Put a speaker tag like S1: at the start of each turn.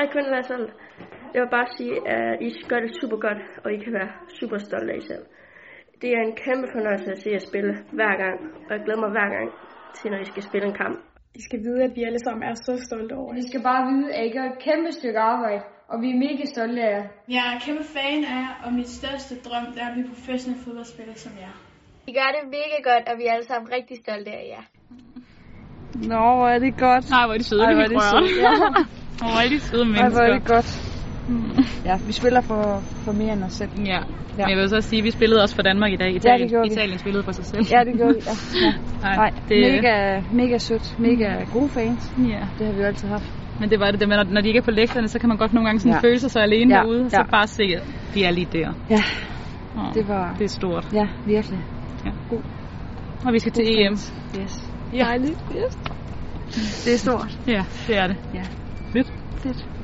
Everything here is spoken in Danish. S1: Jeg kunne være stolt. Jeg vil bare sige, at I gør det super godt, og I kan være super stolte af jer selv. Det er en kæmpe fornøjelse at se jer spille hver gang, og jeg glæder mig hver gang til, når I skal spille en kamp.
S2: I skal vide, at vi alle sammen er så stolte over
S3: Vi skal bare vide, at I gør et kæmpe stykke arbejde, og vi er mega stolte af jer.
S4: Jeg er kæmpe fan af jer, og mit største drøm er at blive professionel fodboldspiller som jer.
S5: I gør det mega godt, og vi er alle sammen rigtig stolte af jer.
S6: Nå, hvor er det godt.
S7: Nej, hvor er de søde,
S6: Ej,
S7: de
S6: hvor er de
S7: rører.
S6: søde, ja. Mm.
S7: Hvor er de søde
S6: Ej, hvor
S7: mennesker.
S6: er det godt. Ja, vi spiller for, for mere end os selv.
S7: Ja.
S6: Ja.
S7: Men jeg vil så sige, at vi spillede også for Danmark i dag. Italien,
S6: gjorde vi.
S7: Italien spillede for sig selv.
S6: Ja, det gjorde vi. Ja. ja.
S7: Nej,
S6: Ej,
S7: det,
S6: mega, mega sødt. Mega gode fans.
S7: Ja.
S6: Det har vi jo altid haft.
S7: Men det var det, det med, når, når de ikke er på lægterne, så kan man godt nogle gange sådan
S6: Ja.
S7: ja. føle sig så alene
S6: Ja,
S7: ja. derude. Og så
S6: ja.
S7: bare se, at de er lige der.
S6: Ja,
S7: Oh,
S6: det var...
S7: det er stort.
S6: Ja, virkelig.
S7: Og vi skal til
S6: God
S7: EM.
S6: Yes.
S7: Ja.
S6: Dejligt. Yes. Det er stort.
S7: Ja, det er det.
S6: Ja.
S7: Fedt.
S6: Fedt.